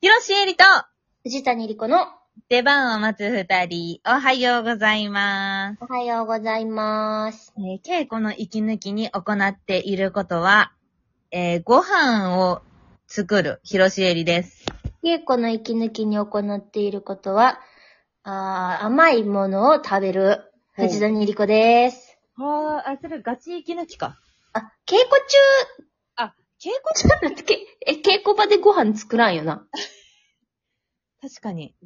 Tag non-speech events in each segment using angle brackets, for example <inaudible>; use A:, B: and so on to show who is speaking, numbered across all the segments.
A: 広瀬えりと、
B: 藤谷莉子の
A: 出番を待つ二人、おはようございます。
B: おはようございます。
A: えー稽古の息抜きに行っていることは、えーご飯を作る、広瀬えりです。
B: 稽古の息抜きに行っていることは、あー甘いものを食べる、
A: お
B: 藤谷莉子です。
A: はあ、あ、それガチ息抜きか。
B: あ、稽古
A: 稽古
B: 中、ちょっと待って、けえ、稽古場でご飯作らんよな。
A: 確かに。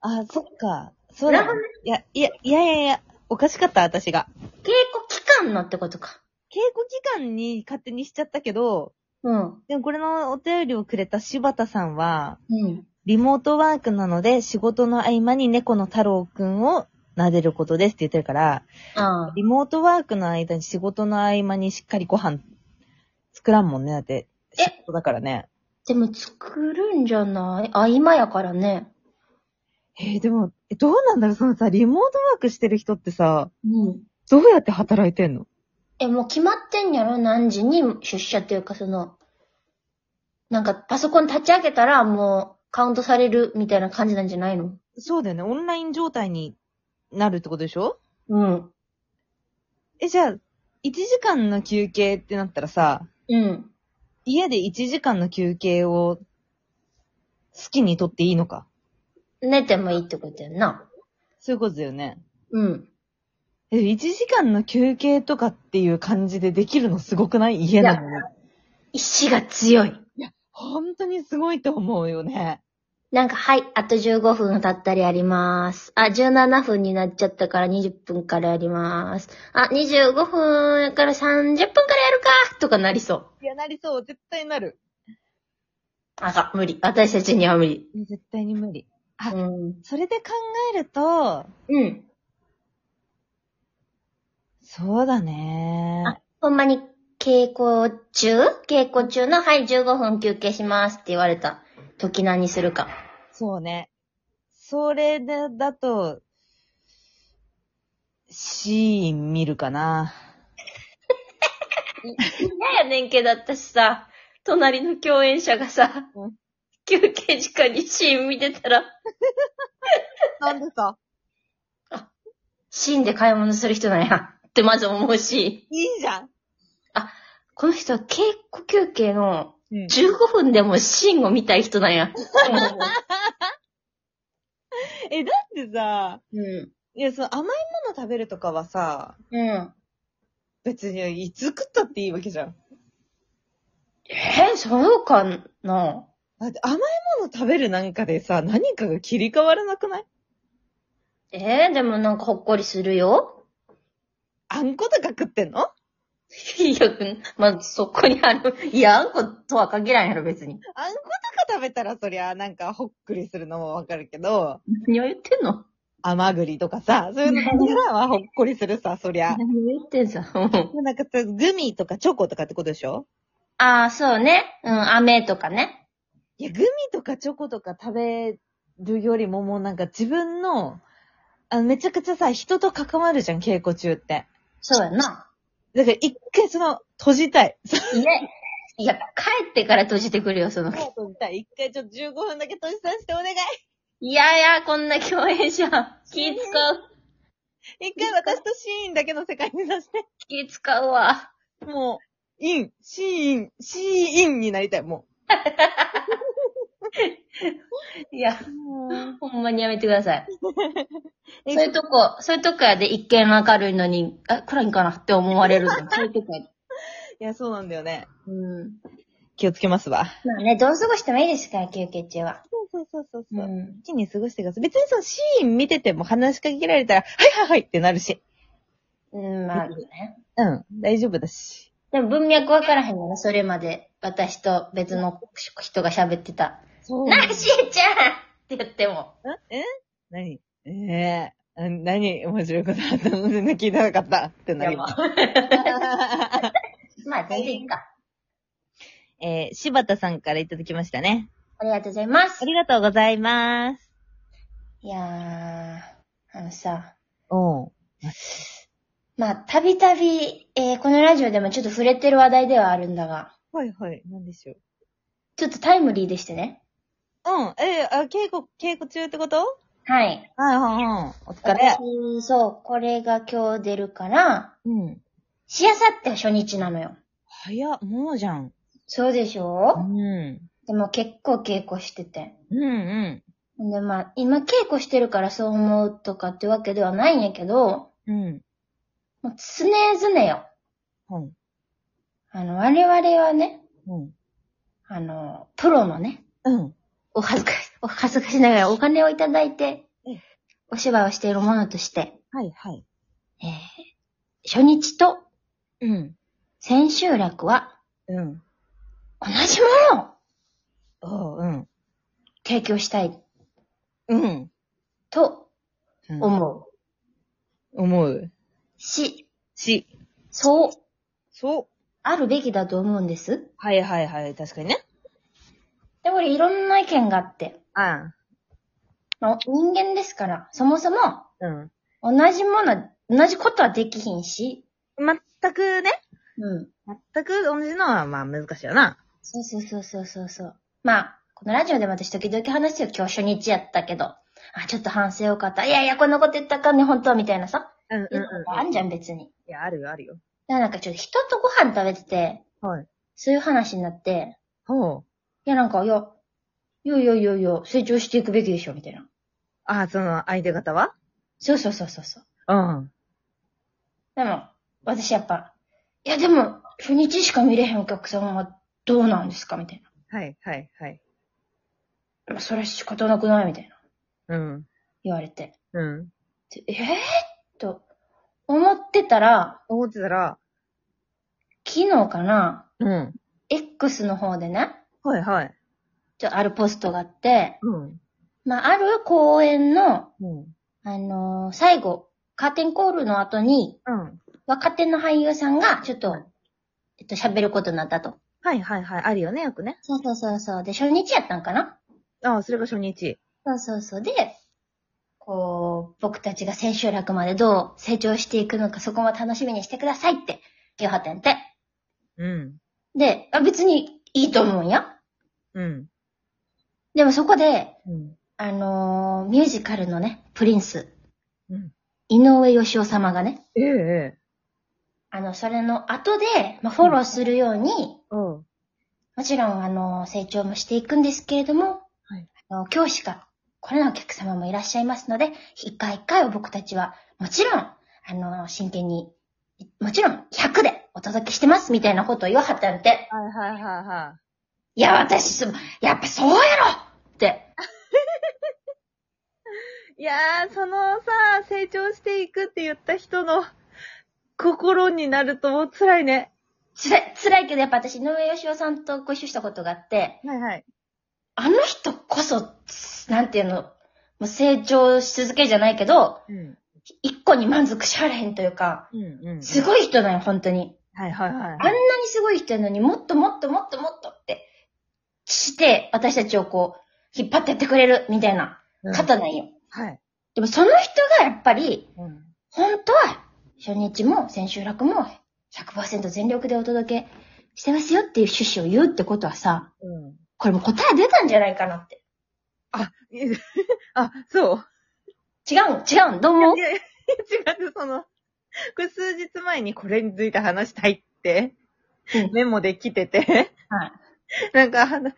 A: あ、そっか。そうだね。いや、いや、いやいやいや、おかしかった、私が。
B: 稽古期間のってことか。
A: 稽古期間に勝手にしちゃったけど、
B: うん。
A: でもこれのお便りをくれた柴田さんは、
B: うん。
A: リモートワークなので仕事の合間に猫の太郎くんを撫でることですって言ってるから、
B: ああ。
A: リモートワークの間に仕事の合間にしっかりご飯作らんもんね、だって。
B: え
A: 仕事だからね。
B: でも作るんじゃないあ、今やからね。
A: えーでも、えどうなんだろうそのさ、リモートワークしてる人ってさ、
B: うん。
A: どうやって働いてんの
B: え、もう決まってんやろ何時に出社っていうか、その、なんかパソコン立ち上げたらもうカウントされるみたいな感じなんじゃないの
A: そうだよね。オンライン状態になるってことでしょ
B: うん。
A: え、じゃあ、1時間の休憩ってなったらさ、
B: うん。
A: 家で1時間の休憩を好きにとっていいのか。
B: 寝てもいいってことやんな。
A: そういうことだよね。
B: うん。
A: え、1時間の休憩とかっていう感じでできるのすごくない家なのに。
B: 意志が強い。
A: 本当にすごいと思うよね。
B: なんか、はい、あと15分経ったりやります。あ、17分になっちゃったから20分からやります。あ、25分から30分からやるかとかなりそう。
A: いや、なりそう。絶対なる。
B: あかん、無理。私たちには無理。
A: 絶対に無理。あ
B: うん。
A: それで考えると、
B: うん。
A: そうだね。
B: あほんまに、稽古中稽古中の、はい、15分休憩しますって言われた時何するか。
A: そうね。それで、だと、シーン見るかな。
B: 嫌やねんけど、私さ、隣の共演者がさ
A: うん、
B: 休憩時間にシーン見てたら、
A: なんでさ、
B: シーンで買い物する人なんや、ってまず思うし、
A: いいじゃん。
B: この人は稽古休憩の
A: うん
B: 15分でもシーンを見たい人なんや。
A: え、だってさ、
B: うん。
A: いや、その甘いもの食べるとかはさ、
B: うん。
A: 別にいつ食ったっていいわけじゃん。
B: え、そうかな
A: だって甘いもの食べるなんかでさ、何かが切り替わらなくない
B: えでもなんかほっこりするよ。
A: あんことか食ってんの
B: <laughs> いや、まあ、そこにある、いや、あんことは限らんやろ、別に。
A: あんことか食べたらそりゃなんかほっくりするのもわかるけど、
B: 何を言ってんの
A: 甘栗とかさ、そういうの食べたらほっこりするさ、そりゃ。
B: 何を言ってんさ。 <laughs> うん
A: なんかさ、グミとかチョコとかってことでしょ
B: ああ、そうね。うん、飴とかね。
A: いや、グミとかチョコとか食べるよりももうなんか自分の、あの、めちゃくちゃさ、人と関わるじゃん、稽古中って。
B: そうやな。
A: だから一回その、閉じたい。
B: いや、いや、帰ってから閉じてくるよ、その。
A: 閉じたい。一回ちょっと15分だけ閉じさせてお願い。
B: いやいや、こんな共演者。気使う。
A: 一回私とシーンだけの世界にさ <laughs> して。
B: 気使うわ。
A: もう、イン、シーン、シーンになりたい、も
B: いや、
A: う。
B: ほんまにやめてください。
A: え
B: そういうとこ、そういうとこやで一見明るいのに、あ、暗いんかなって思われるの。そういうとこやで。
A: いや、そうなんだよね。
B: うん。
A: 気をつけますわ。
B: まあね、どう過ごしてもいいですから、休憩中は。
A: そうそうそうそう
B: う
A: そう。
B: ん。
A: 一気に過ごしてください。別にそのシーン見てても話しかけられたら、はいはいはいってなるし。
B: うん、まあね。
A: うん、大丈夫だし。
B: でも文脈わからへんよな、それまで。私と別の人が喋ってた。
A: そ
B: なあ、しーちゃんって言っても。
A: え何ええうん何面白いことあったの全然聞いてなかったってなります。
B: <laughs> まあ、全然いいか。
A: <laughs> えー、柴田さんからいただきましたね。
B: ありがとうございます
A: あ。りがとうございます。
B: いやー、あのさ、
A: うん。
B: まあ、たびたび、えー、このラジオでもちょっと触れてる話題ではあるんだが、
A: はいはい、なんでしょう。
B: ちょっとタイムリーでしてね。
A: うん。え、あ、稽古、稽古中ってこと
B: はい。
A: はいはいはい。お疲れ。
B: 私そう、これが今日出るから、
A: うん。
B: しあさって初日なのよ。
A: 早っ、もうじゃん。
B: そうでし
A: う
B: ょ
A: ん。
B: でも結構稽古してて。
A: うんうん
B: で、まあ、今稽古してるからそう思うとかってわけではないんやけど、。
A: うん。
B: もう常々よ。
A: うん。
B: あの、我々はね、
A: うん。
B: あの、プロのね、
A: うん。
B: お恥ずかし、お恥ずかしながらお金をいただいて
A: うん、
B: お芝居をしているものとして、
A: はいはい。
B: えー初日と
A: うん。
B: 千秋楽は
A: うん。
B: 同じものを
A: おう、うん。
B: 提供したい
A: うん。
B: と
A: うん、
B: 思う
A: 思う。
B: し、
A: し、
B: そう
A: そう。
B: あるべきだと思うんです。
A: はいはいはい。確かにね。
B: で、これいろんな意見があって、
A: あ
B: まあ人間ですから、そもそも
A: うん。
B: 同じもの、同じことはできひんし、
A: 全くね。
B: うん。
A: 全く同じのはまあ難しいよな。
B: そうそうそうそうそうそう。まあ、このラジオでも私時々話すよ。今日初日やったけど。あ、ちょっと反省多かった。いやいや、こんなこと言ったらあかんね、本当は、みたいなさ。
A: うん
B: いうのがあんじゃん、別に。
A: いや、あるよあるよ。
B: だからなんかちょっと人とご飯食べてて、
A: はい。
B: そういう話になって、
A: ほう。
B: いや、なんか、いや、いやいやいやいや、成長していくべきでしょ、みたいな。
A: あ、その相手方は
B: そうそうそうそうそう。
A: うん。
B: でも、私やっぱ、いやでも、初日しか見れへんお客さんはどうなんですかみたいな。
A: はいはいはい。
B: まあ、それは仕方なくないみたいな。
A: うん。
B: 言われて。
A: うん。
B: でえぇ、と、思ってたら、
A: 思ってたら、
B: 昨日かな、
A: うん。
B: X の方でね、
A: はいはい。
B: ちょ、あるポストがあって、
A: うん。
B: まあ、ある公演の、
A: うん。
B: あのー最後、カーテンコールの後に、
A: うん。
B: 若手の俳優さんが、ちょっと、えっと、喋ることになったと。
A: はいはいはい。あるよね、よくね。
B: そうそうそうそう。で、初日やったんかな
A: ああ、それが初日。
B: そうそうそう。で、こう、僕たちが千秋楽までどう成長していくのか、そこも楽しみにしてくださいって、言わはってんて。
A: うん。
B: で、あ別にいいと思うんや。
A: うん。
B: でもそこで、
A: うん。
B: あのーミュージカルのね、プリンス、
A: うん。
B: 井上義雄様がね、
A: ええええ。あ
B: あの、それの後で、まあ、フォローするように、
A: うん。
B: もちろん、あのー成長もしていくんですけれども、
A: はい
B: あの今日しか来れないお客様もいらっしゃいますので、一回一回を僕たちは、もちろん、あのー真剣に、もちろん、100でお届けしてます、みたいなことを言わはったんて、
A: はいはいはいはい
B: や、私、そやっぱそうやろって、
A: い。いやー、そのさ、成長していくって言った人の心になるともう辛いね。
B: 辛い、辛いけど、やっぱ私、井上義雄さんとご一緒したことがあって、
A: はいはい。
B: あの人こそ、つなんていうの、もう成長し続けじゃないけど、
A: うん。
B: 一個に満足しはれへんというか、
A: うんうん。
B: す
A: い。
B: ごい人なんよ、本当に。
A: はいはいはい。
B: あんなにすごい人やのにもっともっともっともっとって、して、私たちをこう、引っ張ってってくれる、みたいな
A: うん
B: 方なんよ。
A: はい。
B: でもその人がやっぱり、
A: うん。
B: 本当は、初日も千秋楽も100%全力でお届けしてますよっていう趣旨を言うってことはさ、
A: うん。
B: これもう答え出たんじゃないかなって。
A: あ、い <laughs> あ、そう。
B: 違うん、違うん、どう思う
A: いやいや、違う、その、これ数日前にこれについて話したいって、
B: うん
A: メモで来てて、
B: はい
A: なんか話、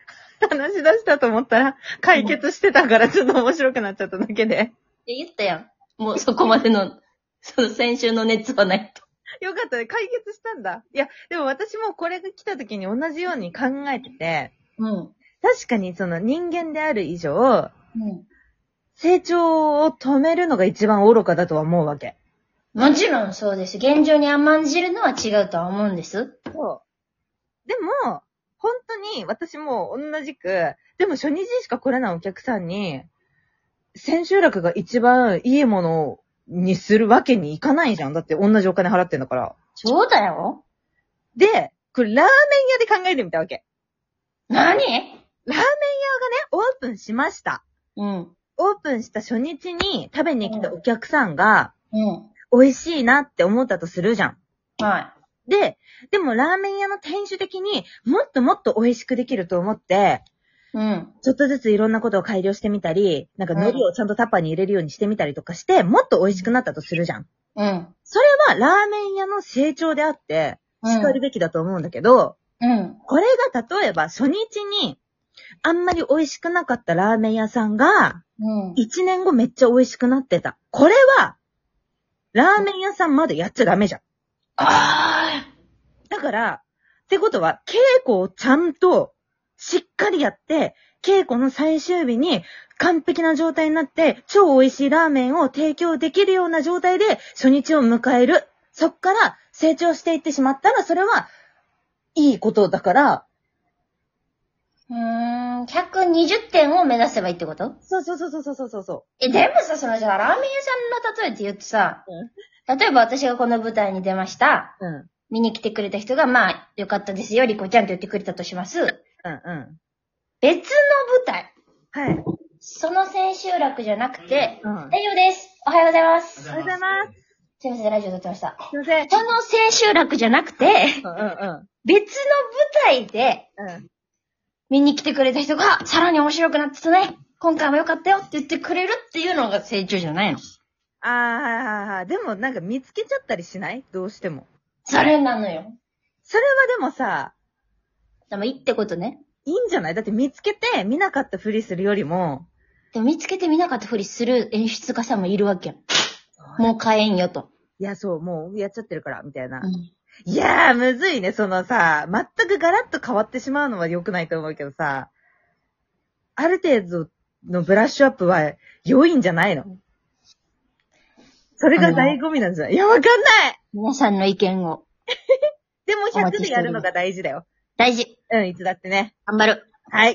A: 話し出したと思ったら、解決してたからちょっと面白くなっちゃっただけで。
B: って言ったやん。もうそこまでの、 <laughs> その先週の熱はないと。
A: よかったね、解決したんだ。いや、でも私もこれが来た時に同じように考えてて、
B: うん。
A: 確かにその人間である以上、
B: うん。
A: 成長を止めるのが一番愚かだとは思うわけ。
B: もちろんそうです。現状に甘んじるのは違うとは思うんです。
A: そう。でも、本当に私も同じく、でも初日しか来れないお客さんに、千秋楽が一番いいものにするわけにいかないじゃん。だって同じお金払ってんだから。
B: そうだよ。
A: で、これラーメン屋で考えてみたわけ。
B: 何
A: オープンしました。
B: うん。
A: オープンした初日に食べに来たお客さんが、
B: うん。
A: 美味しいなって思ったとするじゃん。
B: は
A: で、でもラーメン屋の店主的にもっともっと美味しくできると思って、
B: い。うん。
A: ちょっとずついろんなことを改良してみたり、なんか海苔をちゃんとタッパーに入れるようにしてみたりとかして、もっと美味しくなったとするじゃん。
B: うん。
A: まあ、ラーメン屋の成長であって、しかるべきだと思うんだけど、
B: うん。
A: これが例えば初日に、あんまり美味しくなかったラーメン屋さんが、
B: うん。
A: 1年後めっちゃ美味しくなってた。これは、ラーメン屋さんまでやっちゃダメじゃん。
B: あ
A: だから、ってことは、稽古をちゃんと、しっかりやって、稽古の最終日に完璧な状態になって、超美味しいラーメンを提供できるような状態で初日を迎える。そっから成長していってしまったら、それは、いいことだから、
B: ーうーん。120点を目指せばいいってこと
A: そうそうそうそうそうそうそ
B: え、でもさ、そのじゃあ、ラーメン屋さんの例えって言うとさ、例えば私がこの舞台に出ました。
A: う。うん。うん
B: 見に来てくれた人が、まあ、よかったですよ、リコちゃんって言ってくれたとします。
A: うん。
B: 別の舞台。
A: はい。うん。
B: その千秋楽じゃなくて、
A: あり
B: 大丈夫です。おはようございます。
A: がとうございます。
B: すいません、ラジオ撮ってました。
A: すいません。
B: その千秋楽じゃなくて、
A: うんうん
B: 別の舞台で
A: うん。うん。
B: 見に来てくれた人が、さらに面白くなってたね。今回も良かったよって言ってくれるっていうのが成長じゃないの。
A: あーはいはいはい。でもなんか見つけちゃったりしないどうしても。
B: それなのよ。
A: それはでもさ、
B: でもいいってことね。
A: いいんじゃないだって見つけて見なかったふりするよりも、
B: でも見つけてみなかったふりする演出家さんもいるわけよ。もう変えんよと。
A: いや、そう、もうやっちゃってるから、みたいな。
B: うん
A: いやー、むずいね、そのさ、全くガラッと変わってしまうのは良くないと思うけどさ、ある程度のブラッシュアップは良いんじゃないのそれが醍醐味なんじゃないいや、わかんない
B: 皆さんの意見を。
A: でも
B: お
A: 100
B: 待ち
A: で
B: してお
A: や
B: り
A: る
B: ま
A: の
B: す
A: が大事だよ。
B: 大事。
A: うん、いつだってね。
B: 頑張る。
A: はい。